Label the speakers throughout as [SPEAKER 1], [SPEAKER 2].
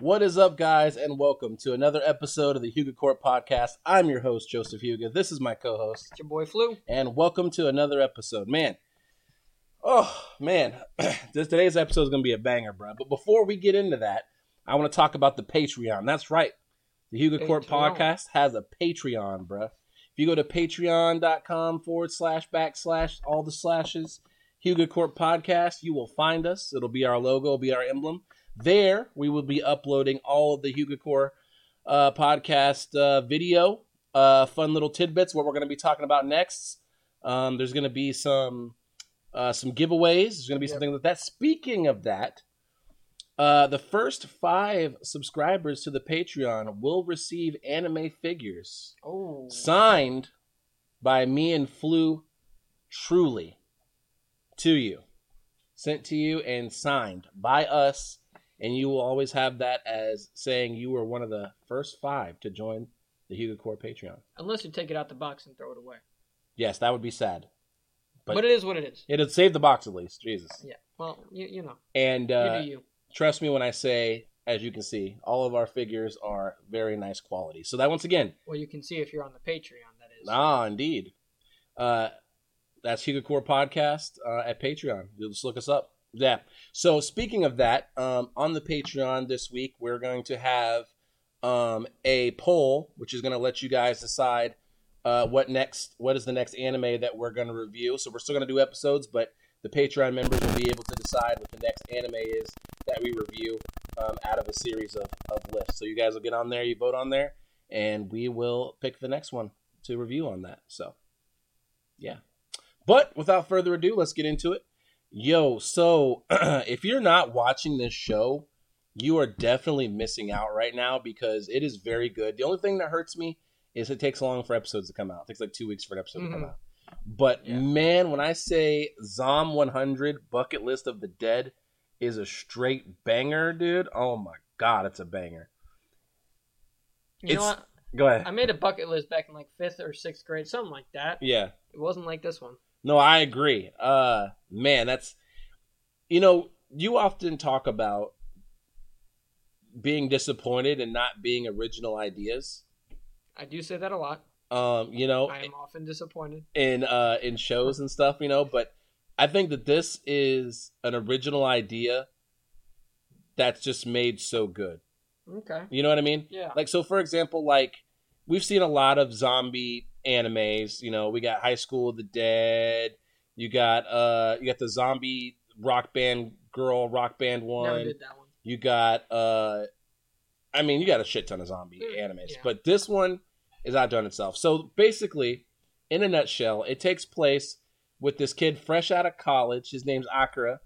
[SPEAKER 1] What is up, guys, and welcome to another episode of the Huga Court Podcast. I'm your host, Joseph Huga. This is my co host,
[SPEAKER 2] It's your boy Flu.
[SPEAKER 1] and welcome to another episode. Man, oh, man, this, today's episode is going to be a banger, bro. But before we get into that, I want to talk about the Patreon. That's right. The Huga Court
[SPEAKER 2] Patreon.
[SPEAKER 1] Podcast has a Patreon, bruh. If you go to patreon.com forward slash backslash all the slashes, Huga Court Podcast, you will find us. It'll be our logo, it'll be our emblem. There, we will be uploading all of the Huga Core uh, podcast uh, video, uh, fun little tidbits, what we're going to be talking about next. Um, there's going to be some uh, some giveaways. There's going to be
[SPEAKER 2] Yep.
[SPEAKER 1] something like that. Speaking of that, uh, the first five subscribers to the Patreon will receive anime figures
[SPEAKER 2] Oh,
[SPEAKER 1] signed by me and Flu truly to you. Sent to you and signed by us. And you will always have that as saying you were one of the first five to join the Hugo Core Patreon.
[SPEAKER 2] unless you take it out the box and throw it away.
[SPEAKER 1] Yes, that would be sad. But-
[SPEAKER 2] But, it is what it is.
[SPEAKER 1] It'd save the box at least. Jesus.
[SPEAKER 2] Yeah. Well, you you know,
[SPEAKER 1] And
[SPEAKER 2] you
[SPEAKER 1] uh,
[SPEAKER 2] do you.
[SPEAKER 1] trust me when I say, as you can see, all of our figures are very nice quality. So that once again,
[SPEAKER 2] Well, you can see if you're on the Patreon. That is.
[SPEAKER 1] Ah, indeed. Uh, that's Hugo Core Podcast uh, at Patreon. You'll just look us up. Yeah. So speaking of that, um, on the Patreon this week, we're going to have um, a poll, which is going to let you guys decide uh, what next, what is the next anime that we're going to review. So we're still going to do episodes, but the Patreon members will be able to decide what the next anime is that we review um, out of a series of, of lists. So you guys will get on there, you vote on there, and we will pick the next one to review on that. So, yeah. But without further ado, let's get into it. Yo, so if you're not watching this show, you are definitely missing out right now because it is very good. The only thing that hurts me is it takes long for episodes to come out. It takes like two weeks for an episode to come
[SPEAKER 2] Mhm.
[SPEAKER 1] out. But
[SPEAKER 2] Yeah.
[SPEAKER 1] man, when I say Zom 100 Bucket List of the Dead is a straight banger, dude. Oh my god, it's a banger.
[SPEAKER 2] you know
[SPEAKER 1] it's-
[SPEAKER 2] what?
[SPEAKER 1] Go ahead.
[SPEAKER 2] I made a bucket list back in like fifth or sixth grade, something like that.
[SPEAKER 1] yeah.
[SPEAKER 2] It wasn't like this one.
[SPEAKER 1] No, I agree. Uh man, that's you know, you often talk about being disappointed and not being original ideas.
[SPEAKER 2] I do say that a lot.
[SPEAKER 1] Um, you know,
[SPEAKER 2] I am often disappointed.
[SPEAKER 1] in uh in shows and stuff, you know, but I think that this is an original idea that's just made so good.
[SPEAKER 2] Okay.
[SPEAKER 1] You know what I mean?
[SPEAKER 2] Yeah.
[SPEAKER 1] Like so for example, like we've seen a lot of zombie animes, you know, we got High School of the Dead, you got uh you got the zombie rock band girl rock band
[SPEAKER 2] Never
[SPEAKER 1] one.
[SPEAKER 2] did that one.
[SPEAKER 1] You got uh I mean, you got a shit ton of zombie
[SPEAKER 2] Mm,
[SPEAKER 1] animes,
[SPEAKER 2] yeah.
[SPEAKER 1] but this one is outdone itself. So basically, in a nutshell, it takes place with this kid fresh out of college. His name's Akira.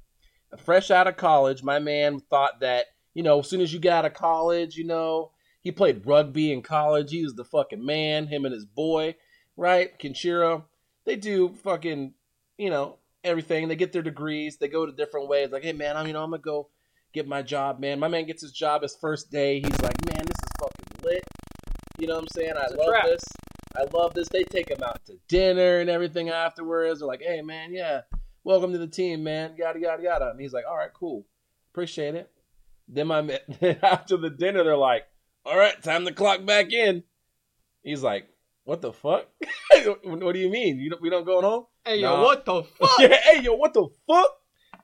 [SPEAKER 1] Fresh out of college, my man thought that, you know, as soon as you get out of college, you know, he played rugby in college. He was the fucking man, him and his boy, right? Kenshiro. They do fucking, you know, everything. They get their degrees. They go to different ways. Like, hey, man, I'm, you know, I'm going to go get my job, man. My man gets his job his first day. He's like, man, this is fucking lit. You know what I'm saying? I
[SPEAKER 2] It's a
[SPEAKER 1] love
[SPEAKER 2] trap.
[SPEAKER 1] this. I love this. They take him out to dinner and everything afterwards. They're like, hey, man, yeah, welcome to the team, man. Yada, yada, yada. And he's like, all right, cool. Appreciate it. Then my man, after the dinner, they're like, all right, time to clock back in. He's like, what the fuck? what do you mean? You don't, we don't going home?
[SPEAKER 2] Hey,
[SPEAKER 1] Nah.
[SPEAKER 2] yo, what the fuck?
[SPEAKER 1] yeah, hey, yo, what the fuck?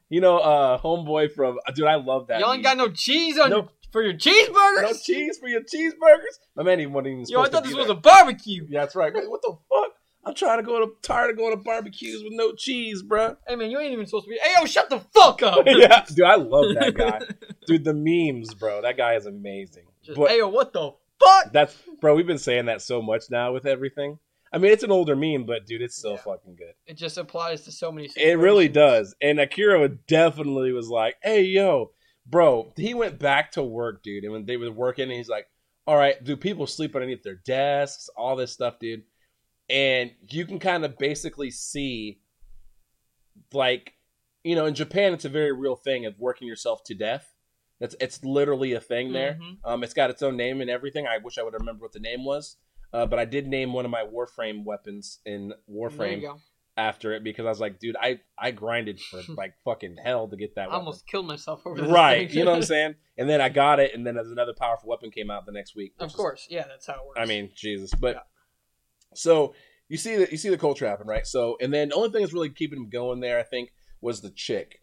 [SPEAKER 1] You know, uh, homeboy from, dude, I love that.
[SPEAKER 2] Y'all ain't
[SPEAKER 1] meme.
[SPEAKER 2] got no cheese on
[SPEAKER 1] No.
[SPEAKER 2] your, for your cheeseburgers?
[SPEAKER 1] No cheese for your cheeseburgers? My man even wasn't even
[SPEAKER 2] yo, I
[SPEAKER 1] supposed
[SPEAKER 2] thought
[SPEAKER 1] to
[SPEAKER 2] this
[SPEAKER 1] be
[SPEAKER 2] was
[SPEAKER 1] there.
[SPEAKER 2] a barbecue.
[SPEAKER 1] Yeah, that's right. Like, What the fuck? I'm trying to go to tired of going to barbecues with no cheese, bruh.
[SPEAKER 2] Hey man, you ain't even supposed to be. Hey yo, shut the fuck up.
[SPEAKER 1] yeah, dude, I love that guy. dude, the memes, bro. That guy is amazing.
[SPEAKER 2] Just,
[SPEAKER 1] But
[SPEAKER 2] hey yo, what the fuck?
[SPEAKER 1] that's bro, we've been saying that so much now with everything. I mean, it's an older meme, but dude, it's still
[SPEAKER 2] Yeah.
[SPEAKER 1] fucking good.
[SPEAKER 2] It just applies to so many.
[SPEAKER 1] It really
[SPEAKER 2] situations.
[SPEAKER 1] does. And Akira definitely was like, "Hey, yo, bro." He went back to work, dude. And when they were working, he's like, "All right, do people sleep underneath their desks? All this stuff, dude." And you can kind of basically see, like, you know, in Japan, it's a very real thing of working yourself to death. That's it's literally a thing there.
[SPEAKER 2] Mhm.
[SPEAKER 1] Um, it's got its own name and everything. I wish I would remember what the name was, uh, but I did name one of my Warframe weapons in
[SPEAKER 2] There you
[SPEAKER 1] Warframe
[SPEAKER 2] go.
[SPEAKER 1] after it because I was like, dude, I I grinded for like fucking hell to get that.
[SPEAKER 2] I
[SPEAKER 1] weapon.
[SPEAKER 2] almost killed myself over this.
[SPEAKER 1] right.
[SPEAKER 2] thing.
[SPEAKER 1] You know what I'm saying? And then I got it, and then there's another powerful weapon came out the next week. which
[SPEAKER 2] Of
[SPEAKER 1] is-
[SPEAKER 2] course, yeah, that's how it works.
[SPEAKER 1] I mean, Jesus. But
[SPEAKER 2] Yeah.
[SPEAKER 1] so you see the you see the cold trapping, right? So and then the only thing that's really keeping him going there, I think, was the chick.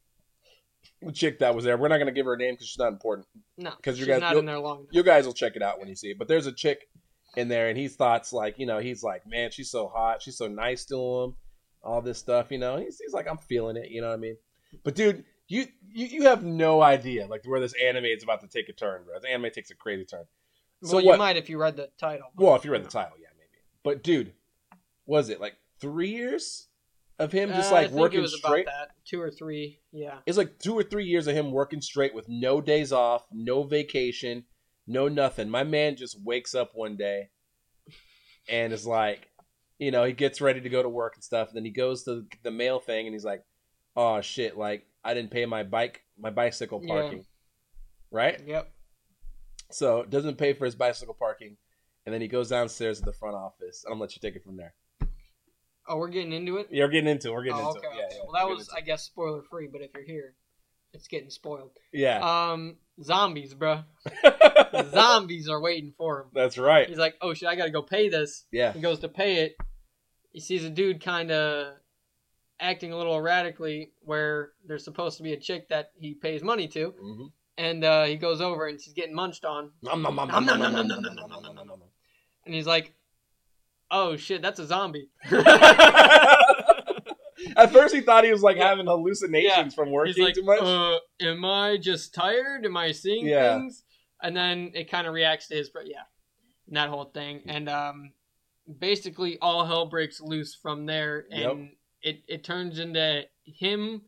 [SPEAKER 1] The chick that was there. We're not gonna give her a name because she's not important.
[SPEAKER 2] no,
[SPEAKER 1] 'cause you
[SPEAKER 2] she's
[SPEAKER 1] guys-
[SPEAKER 2] not
[SPEAKER 1] you'll-
[SPEAKER 2] in there long.
[SPEAKER 1] You guys will check it out when you see it. But there's a chick in there, and his thoughts like, you know, he's like, man, she's so hot, she's so nice to him, all this stuff, you know. He's, he's like, I'm feeling it, you know what I mean? But dude, you, you you have no idea like where this anime is about to take a turn, bro. The anime takes a crazy turn.
[SPEAKER 2] well, you might if you read the title. but-
[SPEAKER 1] Well, if you read the title, yeah, maybe. But dude, was it like three years of him just
[SPEAKER 2] Uh, I
[SPEAKER 1] like
[SPEAKER 2] think
[SPEAKER 1] working
[SPEAKER 2] it was
[SPEAKER 1] straight?
[SPEAKER 2] about that, two or three. Yeah,
[SPEAKER 1] It's like two or three years of him working straight with no days off, no vacation, no nothing. My man just wakes up one day and is like, you know, he gets ready to go to work and stuff. And then he goes to the mail thing and he's like, oh shit, like I didn't pay my bike, my bicycle
[SPEAKER 2] Yeah.
[SPEAKER 1] parking. Right?
[SPEAKER 2] yep.
[SPEAKER 1] So doesn't pay for his bicycle parking, and then he goes downstairs to the front office. I'm gonna let you take it from there.
[SPEAKER 2] Oh, we're getting into it.
[SPEAKER 1] You're getting into it. We're getting
[SPEAKER 2] Oh,
[SPEAKER 1] into
[SPEAKER 2] okay.
[SPEAKER 1] it. Yeah, yeah,
[SPEAKER 2] well, that
[SPEAKER 1] we're
[SPEAKER 2] was, I guess, spoiler free. But if you're here, it's getting spoiled.
[SPEAKER 1] getting into
[SPEAKER 2] Um, zombies, bruh.
[SPEAKER 1] it. yeah.
[SPEAKER 2] zombies are waiting for him.
[SPEAKER 1] That's right.
[SPEAKER 2] He's like, oh shit, I gotta go pay this.
[SPEAKER 1] Yeah.
[SPEAKER 2] He goes to pay it. He sees a dude kind of acting a little erratically where there's supposed to be a chick that he pays money to.
[SPEAKER 1] Mhm.
[SPEAKER 2] And uh, he goes over and she's getting munched on.
[SPEAKER 1] Nom, nom, nom,
[SPEAKER 2] Nom,
[SPEAKER 1] nom,
[SPEAKER 2] nom,
[SPEAKER 1] nom,
[SPEAKER 2] nom,
[SPEAKER 1] nom,
[SPEAKER 2] nom,
[SPEAKER 1] nom, nom,
[SPEAKER 2] nom, nom,
[SPEAKER 1] nom,
[SPEAKER 2] nom,
[SPEAKER 1] nom, nom.
[SPEAKER 2] And he's like, oh shit, that's a zombie.
[SPEAKER 1] At first, he thought he was like having hallucinations from
[SPEAKER 2] He's
[SPEAKER 1] working
[SPEAKER 2] like,
[SPEAKER 1] too much.
[SPEAKER 2] Uh, am I just tired? Am I seeing
[SPEAKER 1] Yeah.
[SPEAKER 2] things? And then it kind of reacts to his, but yeah, and that whole thing. And um, basically, all hell breaks loose from there, and it it turns into him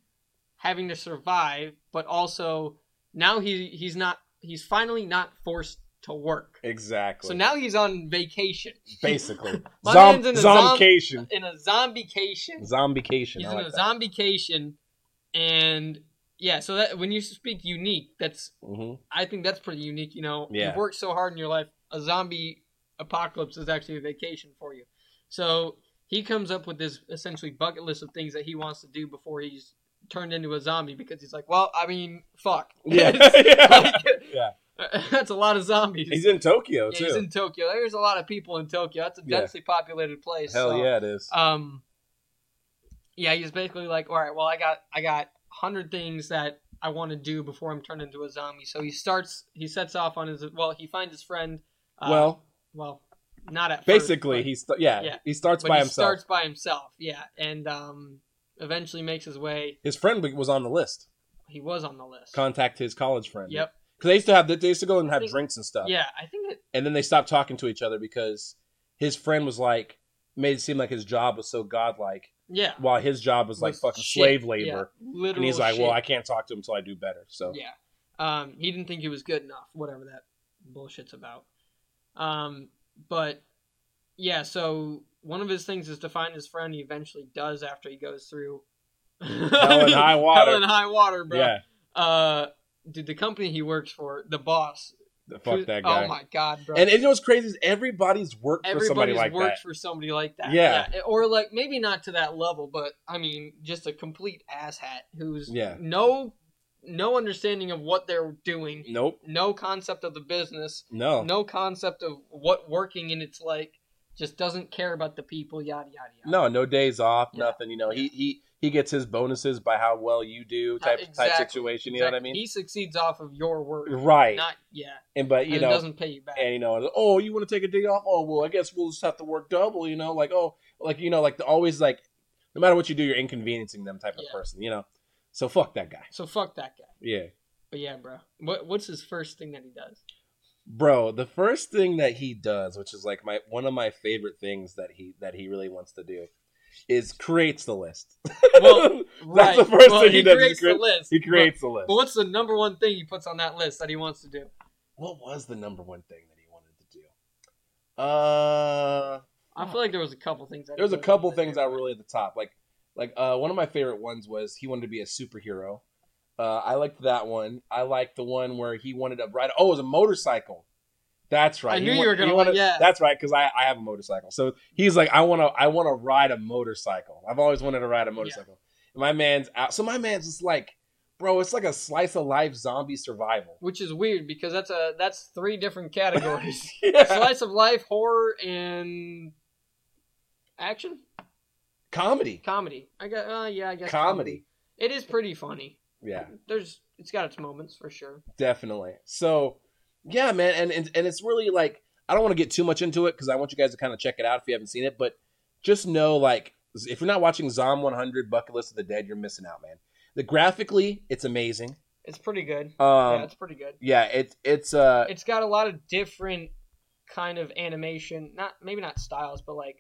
[SPEAKER 2] having to survive, but also now he he's not he's finally not forced to work.
[SPEAKER 1] exactly.
[SPEAKER 2] So now he's on vacation
[SPEAKER 1] basically,
[SPEAKER 2] My
[SPEAKER 1] Zom-
[SPEAKER 2] man's in a
[SPEAKER 1] zomcation,
[SPEAKER 2] in a zombiecation.
[SPEAKER 1] zombication.
[SPEAKER 2] He's
[SPEAKER 1] I
[SPEAKER 2] in
[SPEAKER 1] like
[SPEAKER 2] a
[SPEAKER 1] that.
[SPEAKER 2] zombiecation, and yeah. So that when you speak unique, that's
[SPEAKER 1] Mhm.
[SPEAKER 2] I think that's pretty unique. You know,
[SPEAKER 1] Yeah.
[SPEAKER 2] you've worked so hard in your life. A zombie apocalypse is actually a vacation for you. So he comes up with this essentially bucket list of things that he wants to do before he's turned into a zombie because he's like, well, I mean, fuck.
[SPEAKER 1] Yeah, yeah. Yeah.
[SPEAKER 2] that's a lot of zombies.
[SPEAKER 1] He's in Tokyo
[SPEAKER 2] Yeah,
[SPEAKER 1] too.
[SPEAKER 2] he's in Tokyo. There's a lot of people in Tokyo. That's a
[SPEAKER 1] Yeah.
[SPEAKER 2] densely populated place.
[SPEAKER 1] Hell
[SPEAKER 2] so-
[SPEAKER 1] yeah, it is.
[SPEAKER 2] um yeah he's basically like all right well i got i got 100 things that i want to do before i'm turned into a zombie so he starts he sets off on his well he finds his friend uh,
[SPEAKER 1] well,
[SPEAKER 2] well not at
[SPEAKER 1] basically,
[SPEAKER 2] first,
[SPEAKER 1] he st- yeah,
[SPEAKER 2] yeah.
[SPEAKER 1] he starts
[SPEAKER 2] but, but
[SPEAKER 1] by
[SPEAKER 2] he
[SPEAKER 1] himself.
[SPEAKER 2] starts by himself yeah and um eventually makes his way
[SPEAKER 1] His friend was on the list.
[SPEAKER 2] he was on the list
[SPEAKER 1] Contact his college friend.
[SPEAKER 2] yep
[SPEAKER 1] Because they used to have they used to go and have
[SPEAKER 2] think-
[SPEAKER 1] drinks and stuff.
[SPEAKER 2] yeah i think it
[SPEAKER 1] And then they stopped talking to each other because his friend was like made it seem like his job was so godlike,
[SPEAKER 2] yeah
[SPEAKER 1] while his job was like
[SPEAKER 2] Was
[SPEAKER 1] fucking
[SPEAKER 2] shit,
[SPEAKER 1] slave
[SPEAKER 2] yeah,
[SPEAKER 1] labor.
[SPEAKER 2] literal
[SPEAKER 1] and he's like,
[SPEAKER 2] shit.
[SPEAKER 1] well, I can't talk to him until I do better. So
[SPEAKER 2] Yeah. Um, he didn't think he was good enough, whatever that bullshit's about. Um, but yeah, so one of his things is to find his friend. He eventually does after he goes through hell
[SPEAKER 1] and high water.
[SPEAKER 2] Hell and high water, bro.
[SPEAKER 1] yeah,
[SPEAKER 2] Uh, dude, the company he works for, the boss.
[SPEAKER 1] fuck
[SPEAKER 2] who-
[SPEAKER 1] that guy.
[SPEAKER 2] Oh my god, bro.
[SPEAKER 1] and you know what's crazy is everybody's worked for somebody
[SPEAKER 2] Everybody's
[SPEAKER 1] like
[SPEAKER 2] worked for somebody like that.
[SPEAKER 1] Yeah.
[SPEAKER 2] Or like maybe not to that level, but I mean just a complete asshat who's
[SPEAKER 1] Yeah.
[SPEAKER 2] no no understanding of what they're doing
[SPEAKER 1] that. Nope.
[SPEAKER 2] no concept of the business,
[SPEAKER 1] No.
[SPEAKER 2] no concept of what working in it's like, just doesn't care about the people, yada yada yada.
[SPEAKER 1] No, no days off,
[SPEAKER 2] Yeah.
[SPEAKER 1] nothing. You know, he he he gets his bonuses by how well you do type type
[SPEAKER 2] exactly,
[SPEAKER 1] situation. You know what I
[SPEAKER 2] Exactly.
[SPEAKER 1] mean?
[SPEAKER 2] He succeeds off of your work,
[SPEAKER 1] right.
[SPEAKER 2] not yeah.
[SPEAKER 1] and but
[SPEAKER 2] And
[SPEAKER 1] you
[SPEAKER 2] it
[SPEAKER 1] know,
[SPEAKER 2] doesn't pay you back.
[SPEAKER 1] and you know, oh, you want to take a day off? Oh, well, I guess we'll just have to work double. You know, like oh, like you know, like the, always like, no matter what you do, you're inconveniencing them type
[SPEAKER 2] Yeah.
[SPEAKER 1] of person. You know, so fuck that guy.
[SPEAKER 2] So fuck that guy.
[SPEAKER 1] Yeah,
[SPEAKER 2] But yeah, bro, what what's his first thing that he does?
[SPEAKER 1] bro. The first thing that he does, which is like my one of my favorite things that he that he really wants to do, is creates the list.
[SPEAKER 2] Well, right.
[SPEAKER 1] the first
[SPEAKER 2] well,
[SPEAKER 1] thing he does is
[SPEAKER 2] creates
[SPEAKER 1] create-
[SPEAKER 2] the list.
[SPEAKER 1] he creates the
[SPEAKER 2] But,
[SPEAKER 1] list.
[SPEAKER 2] but what's the number one thing he puts on that list that he wants to do?
[SPEAKER 1] what was the number one thing that he wanted to do? Uh,
[SPEAKER 2] I feel like there was a couple things. That
[SPEAKER 1] there was a couple things that were really at the top. Like, like uh, one of my favorite ones was he wanted to be a superhero. Uh, I liked that one. I liked the one where he wanted to ride. Oh, it was a motorcycle. That's right.
[SPEAKER 2] I knew
[SPEAKER 1] wa-
[SPEAKER 2] you were gonna
[SPEAKER 1] wanna-
[SPEAKER 2] like, yeah.
[SPEAKER 1] That's right, because I, I have a motorcycle. So he's like, I want to I want to ride a motorcycle. I've always wanted to ride a motorcycle. And my man's out. So my man's just like, bro, it's like a slice of life zombie survival.
[SPEAKER 2] Which is weird because that's a that's three different categories:
[SPEAKER 1] Yeah.
[SPEAKER 2] slice of life, horror, and action
[SPEAKER 1] Comedy.
[SPEAKER 2] comedy. I got uh, yeah, I guess
[SPEAKER 1] Comedy.
[SPEAKER 2] It is pretty funny.
[SPEAKER 1] Yeah,
[SPEAKER 2] There's it's got its moments for sure.
[SPEAKER 1] definitely. So yeah, man, and and, and it's really like I don't want to get too much into it because I want you guys to kind of check it out if you haven't seen it, but just know like if you're not watching Zom 100 Bucket List of the Dead, you're missing out, man. The graphically, it's amazing.
[SPEAKER 2] It's pretty good. yeah,
[SPEAKER 1] Um,
[SPEAKER 2] it's pretty good.
[SPEAKER 1] yeah, it, it's uh,
[SPEAKER 2] It's got a lot of different kind of animation. Not maybe not styles, but like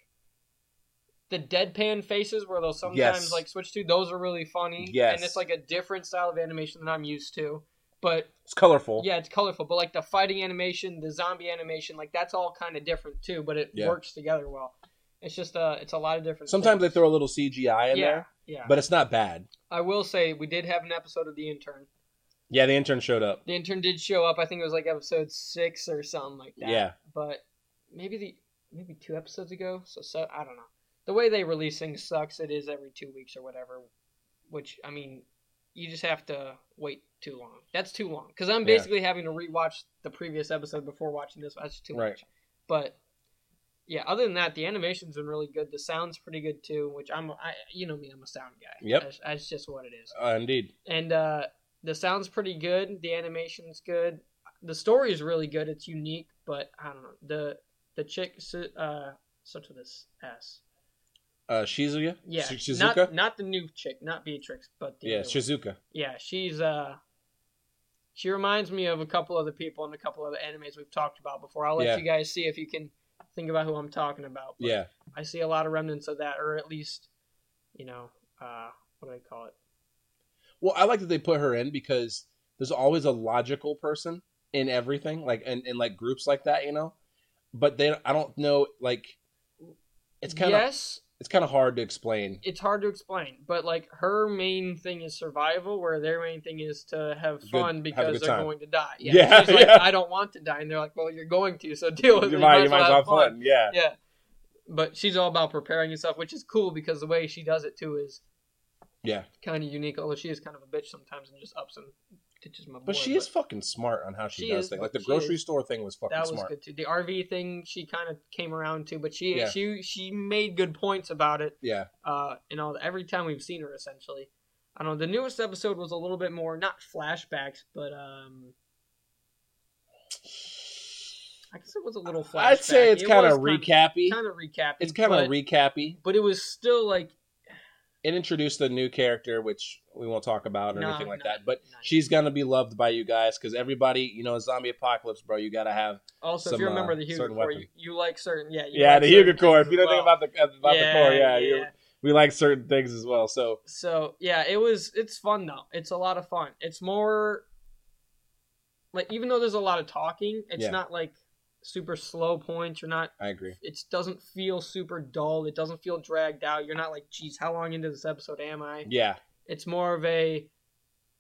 [SPEAKER 2] the deadpan faces where they'll sometimes
[SPEAKER 1] Yes.
[SPEAKER 2] like switch to. Those are really funny.
[SPEAKER 1] Yes.
[SPEAKER 2] and it's like a different style of animation than I'm used to. But
[SPEAKER 1] it's colorful.
[SPEAKER 2] yeah, it's colorful. But like the fighting animation, the zombie animation, like that's all kind of different too. But it
[SPEAKER 1] Yeah.
[SPEAKER 2] works together well. It's just uh, it's a lot of different.
[SPEAKER 1] Sometimes they
[SPEAKER 2] things.
[SPEAKER 1] throw a little CGI in
[SPEAKER 2] yeah,
[SPEAKER 1] there,
[SPEAKER 2] yeah.
[SPEAKER 1] but it's not bad.
[SPEAKER 2] I will say we did have an episode of The Intern.
[SPEAKER 1] Yeah, the intern showed up.
[SPEAKER 2] The Intern did show up. I think it was like episode six or something like that.
[SPEAKER 1] Yeah.
[SPEAKER 2] but maybe the maybe two episodes ago. So so I don't know. The way they release things sucks. It is every two weeks or whatever. Which I mean, you just have to wait too long. That's too long because I'm
[SPEAKER 1] Yeah.
[SPEAKER 2] basically having to rewatch the previous episode before watching this. That's too
[SPEAKER 1] Right.
[SPEAKER 2] much. But yeah, other than that, the animation's been really good. The sound's pretty good too. Which I'm I you know me, I'm a sound guy.
[SPEAKER 1] Yep.
[SPEAKER 2] That's, that's just what it is
[SPEAKER 1] Uh, indeed.
[SPEAKER 2] and uh, the sound's pretty good. The animation's good. The story is really good. It's unique, but I don't know the the chick Su- uh such with this S.
[SPEAKER 1] Uh, Shizuya?
[SPEAKER 2] Yeah,
[SPEAKER 1] Sh- Shizuka?
[SPEAKER 2] not not the new chick, not Beatrix, but the
[SPEAKER 1] yeah,
[SPEAKER 2] other one.
[SPEAKER 1] Shizuka.
[SPEAKER 2] yeah, she's uh she reminds me of a couple other people and a couple other animes we've talked about before. I'll let
[SPEAKER 1] Yeah.
[SPEAKER 2] you guys see if you can think about who I'm talking about. but
[SPEAKER 1] Yeah.
[SPEAKER 2] I see a lot of remnants of that, or at least you know uh what do I call it?
[SPEAKER 1] Well, I like that they put her in because there's always a logical person in everything, like in, in like groups like that, you know. But they, I don't know, like it's kind of
[SPEAKER 2] yes.
[SPEAKER 1] it's kind of hard to explain.
[SPEAKER 2] it's hard to explain, but like her main thing is survival, where their main thing is to have
[SPEAKER 1] Good-
[SPEAKER 2] fun
[SPEAKER 1] have a
[SPEAKER 2] because
[SPEAKER 1] good
[SPEAKER 2] they're
[SPEAKER 1] time.
[SPEAKER 2] going to die. Yeah,
[SPEAKER 1] Yeah,
[SPEAKER 2] she's like,
[SPEAKER 1] yeah.
[SPEAKER 2] I don't want to die, and they're like, well, you're going to, so deal with it.
[SPEAKER 1] You might, you might as well have
[SPEAKER 2] have
[SPEAKER 1] fun, yeah.
[SPEAKER 2] Yeah, but she's all about preparing and stuff, which is cool because the way she does it too is
[SPEAKER 1] Yeah,
[SPEAKER 2] kind of unique. Although she is kind of a bitch sometimes and just ups and ditches my boy.
[SPEAKER 1] but she is fucking smart on how she,
[SPEAKER 2] She
[SPEAKER 1] does
[SPEAKER 2] is,
[SPEAKER 1] things. Like the
[SPEAKER 2] she
[SPEAKER 1] grocery
[SPEAKER 2] is.
[SPEAKER 1] store thing was fucking
[SPEAKER 2] that was
[SPEAKER 1] smart.
[SPEAKER 2] good too. The RV thing she kind of came around to, but she
[SPEAKER 1] Yeah.
[SPEAKER 2] she she made good points about it.
[SPEAKER 1] Yeah,
[SPEAKER 2] uh, and all every time we've seen her essentially. I don't know. The newest episode was a little bit more not flashbacks, but um, I guess it was a little flashback.
[SPEAKER 1] I'd say it's kind of recappy.
[SPEAKER 2] Kind of recapping.
[SPEAKER 1] It's kind of
[SPEAKER 2] but,
[SPEAKER 1] recappy.
[SPEAKER 2] but it was still like
[SPEAKER 1] It introduced a new character, which we won't talk about or
[SPEAKER 2] No,
[SPEAKER 1] anything like
[SPEAKER 2] no,
[SPEAKER 1] that. But
[SPEAKER 2] no.
[SPEAKER 1] she's gonna be loved by you guys because everybody, you know, zombie apocalypse, bro. You gotta have
[SPEAKER 2] also if
[SPEAKER 1] some,
[SPEAKER 2] you remember
[SPEAKER 1] uh,
[SPEAKER 2] the Hugo
[SPEAKER 1] certain
[SPEAKER 2] Core,
[SPEAKER 1] weapon.
[SPEAKER 2] you, you like certain yeah you
[SPEAKER 1] yeah
[SPEAKER 2] like
[SPEAKER 1] the
[SPEAKER 2] certain
[SPEAKER 1] Hugo core.
[SPEAKER 2] things
[SPEAKER 1] If you don't
[SPEAKER 2] as
[SPEAKER 1] think
[SPEAKER 2] well.
[SPEAKER 1] about the uh, about the core, yeah, you-
[SPEAKER 2] yeah.
[SPEAKER 1] we like certain things as well. So
[SPEAKER 2] So yeah, it was it's fun though. It's a lot of fun. It's more like even though there's a lot of talking, it's
[SPEAKER 1] Yeah.
[SPEAKER 2] not like super slow points. You're not
[SPEAKER 1] I agree.
[SPEAKER 2] it doesn't feel super dull. It doesn't feel dragged out. You're not like, geez, how long into this episode am I?
[SPEAKER 1] Yeah,
[SPEAKER 2] It's more of a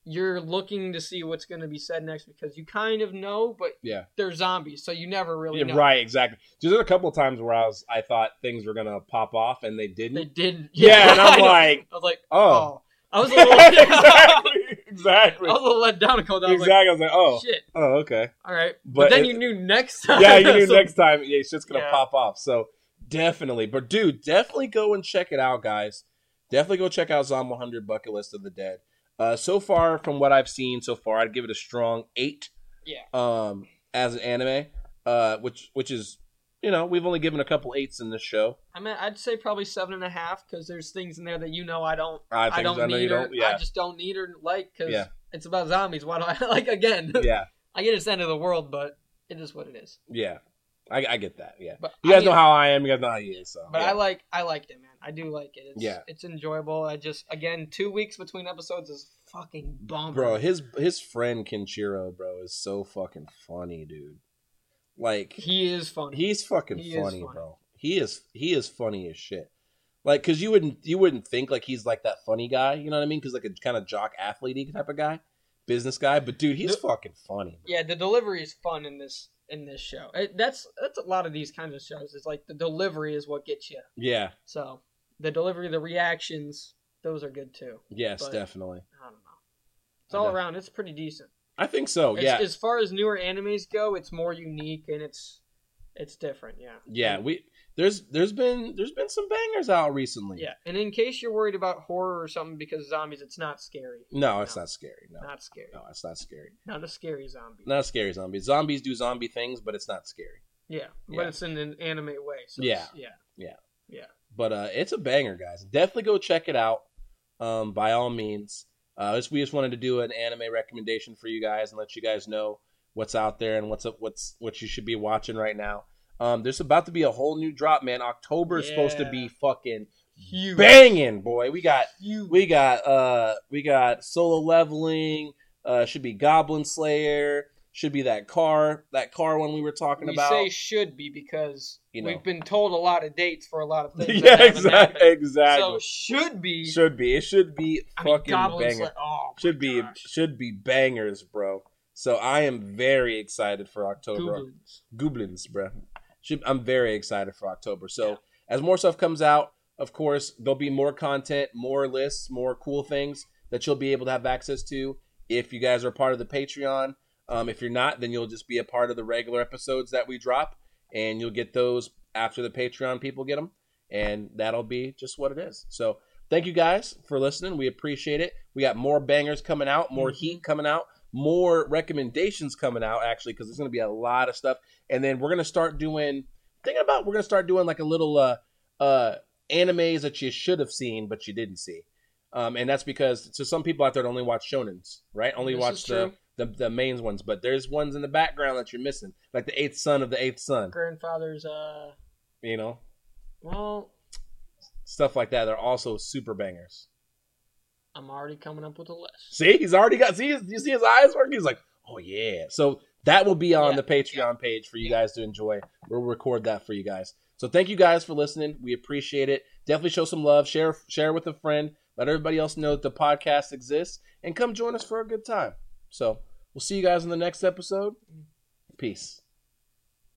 [SPEAKER 2] you're looking to see what's going to be said next because you kind of know, but
[SPEAKER 1] Yeah.
[SPEAKER 2] they're zombies, so you never really
[SPEAKER 1] Yeah,
[SPEAKER 2] know.
[SPEAKER 1] right, exactly. There's a couple of times where I was I thought things were gonna pop off and they didn't.
[SPEAKER 2] They didn't.
[SPEAKER 1] yeah, and I'm like,
[SPEAKER 2] I was like,
[SPEAKER 1] oh,
[SPEAKER 2] oh, I was a little,
[SPEAKER 1] exactly,
[SPEAKER 2] Oh. I
[SPEAKER 1] exactly,
[SPEAKER 2] was a little let down. Cold. I was
[SPEAKER 1] exactly.
[SPEAKER 2] like,
[SPEAKER 1] I was like, oh,
[SPEAKER 2] shit.
[SPEAKER 1] oh, okay.
[SPEAKER 2] All right,
[SPEAKER 1] But
[SPEAKER 2] but, then
[SPEAKER 1] it-
[SPEAKER 2] you knew next time.
[SPEAKER 1] Yeah, you knew
[SPEAKER 2] So-
[SPEAKER 1] next time, yeah, shit's gonna
[SPEAKER 2] Yeah.
[SPEAKER 1] pop off. So definitely, but dude, definitely go and check it out, guys. Definitely go check out Zom 100 Bucket List of the Dead. Uh, so far, from what I've seen so far, I'd give it a strong eight.
[SPEAKER 2] Yeah.
[SPEAKER 1] um, as an anime, uh, which which is you know we've only given a couple eights in this show.
[SPEAKER 2] I mean, I'd say probably seven and a half because there's things in there that you know I don't
[SPEAKER 1] I,
[SPEAKER 2] I,
[SPEAKER 1] think,
[SPEAKER 2] don't
[SPEAKER 1] I know
[SPEAKER 2] need
[SPEAKER 1] you
[SPEAKER 2] her.
[SPEAKER 1] don't. Yeah,
[SPEAKER 2] I just don't need her like because
[SPEAKER 1] Yeah.
[SPEAKER 2] it's about zombies. Why do I like again?
[SPEAKER 1] yeah,
[SPEAKER 2] I get it's the end of the world, but it is what it is.
[SPEAKER 1] yeah. I, I get that. Yeah,
[SPEAKER 2] But
[SPEAKER 1] you
[SPEAKER 2] I
[SPEAKER 1] guys
[SPEAKER 2] mean-
[SPEAKER 1] know how I am. You guys know how he is. So
[SPEAKER 2] But
[SPEAKER 1] yeah.
[SPEAKER 2] I like I liked it, man. I do like it. It's,
[SPEAKER 1] Yeah.
[SPEAKER 2] it's enjoyable. I just again two weeks between episodes is fucking bummer.
[SPEAKER 1] bro, his his friend Kenshiro, bro, is so fucking funny, dude. Like
[SPEAKER 2] he is funny.
[SPEAKER 1] he's fucking
[SPEAKER 2] He is
[SPEAKER 1] funny,
[SPEAKER 2] funny.
[SPEAKER 1] bro. He is he is funny as shit. Like, cause you wouldn't you wouldn't think like he's like that funny guy. You know what I mean? Cause like a kind of jock athlete type of guy, business guy. But dude, he's
[SPEAKER 2] Th-
[SPEAKER 1] fucking funny.
[SPEAKER 2] yeah, the delivery is fun in this in this show. It, that's that's a lot of these kinds of shows. It's like the delivery is what gets you.
[SPEAKER 1] Yeah.
[SPEAKER 2] So the delivery, the reactions, those are good too.
[SPEAKER 1] Yes,
[SPEAKER 2] But-
[SPEAKER 1] definitely.
[SPEAKER 2] I don't know. It's all
[SPEAKER 1] Okay.
[SPEAKER 2] around. It's pretty decent.
[SPEAKER 1] I think so.
[SPEAKER 2] It's-
[SPEAKER 1] Oh, yeah.
[SPEAKER 2] As far as newer animes go, it's more unique and it's it's different. Yeah.
[SPEAKER 1] yeah. We there's there's been there's been some bangers out recently.
[SPEAKER 2] Yeah. And in case you're worried about horror or something because zombies, it's not scary.
[SPEAKER 1] No, it's
[SPEAKER 2] No.
[SPEAKER 1] not scary. No.
[SPEAKER 2] Not scary.
[SPEAKER 1] No, it's not scary.
[SPEAKER 2] Not a scary zombie.
[SPEAKER 1] Not scary zombies. Zombies do zombie things, but it's not scary.
[SPEAKER 2] Yeah, but
[SPEAKER 1] Yeah.
[SPEAKER 2] it's in an anime way. So
[SPEAKER 1] Yeah.
[SPEAKER 2] it's- yeah,
[SPEAKER 1] But uh, it's a banger, guys. Definitely go check it out. Um, by all means, uh, just, we just wanted to do an anime recommendation for you guys and let you guys know what's out there and what's up, what's what you should be watching right now. Um, there's about to be a whole new drop, man. October is supposed to
[SPEAKER 2] Yeah.
[SPEAKER 1] be fucking
[SPEAKER 2] huge,
[SPEAKER 1] banging, boy. We got
[SPEAKER 2] huge.
[SPEAKER 1] Mm-hmm. we got uh we got solo leveling. Uh, should be Goblin Slayer. Should be that car that car one we were talking
[SPEAKER 2] We
[SPEAKER 1] about.
[SPEAKER 2] say should be because
[SPEAKER 1] You know.
[SPEAKER 2] we've been told a lot of dates for a lot of things. that
[SPEAKER 1] yeah,
[SPEAKER 2] haven't
[SPEAKER 1] exactly.
[SPEAKER 2] happened. So
[SPEAKER 1] Exactly.
[SPEAKER 2] should be.
[SPEAKER 1] should be. It should be
[SPEAKER 2] I mean,
[SPEAKER 1] fucking
[SPEAKER 2] goblins.
[SPEAKER 1] banger.
[SPEAKER 2] Like, oh, my
[SPEAKER 1] should be
[SPEAKER 2] gosh.
[SPEAKER 1] should be bangers, bro. So I am very excited for October.
[SPEAKER 2] Goblins.
[SPEAKER 1] Goblins, bro. Should, I'm very excited for October. So
[SPEAKER 2] Yeah.
[SPEAKER 1] as more stuff comes out, of course, there'll be more content, more lists, more cool things that you'll be able to have access to if you guys are part of the Patreon. Um, if you're not, then you'll just be a part of the regular episodes that we drop, and you'll get those after the Patreon people get them, and that'll be just what it is. So thank you guys for listening. We appreciate it. We got more bangers coming out, more
[SPEAKER 2] Mhm.
[SPEAKER 1] heat coming out, more recommendations coming out actually, because there's going to be a lot of stuff, and then we're going to start doing thinking about we're going to start doing like a little uh uh animes that you should have seen but you didn't see. Um, and that's because so some people out there only watch shonens, right? Only
[SPEAKER 2] This
[SPEAKER 1] watch
[SPEAKER 2] is
[SPEAKER 1] the
[SPEAKER 2] true.
[SPEAKER 1] the, the main ones, but there's ones in the background that you're missing, like the eighth son of the eighth son,
[SPEAKER 2] grandfather's. Uh,
[SPEAKER 1] you know,
[SPEAKER 2] well,
[SPEAKER 1] stuff like that. They're also super bangers.
[SPEAKER 2] I'm already coming up with a list.
[SPEAKER 1] See, he's already got. See, his- you see his eyes working. He's like, oh yeah. So that will be on
[SPEAKER 2] Yeah,
[SPEAKER 1] the Patreon page for you guys to enjoy. We'll record that for you guys. So thank you guys for listening. We appreciate it. Definitely show some love. Share share with a friend. Let everybody else know that the podcast exists, and come join us for a good time. So we'll see you guys in the next episode. Peace.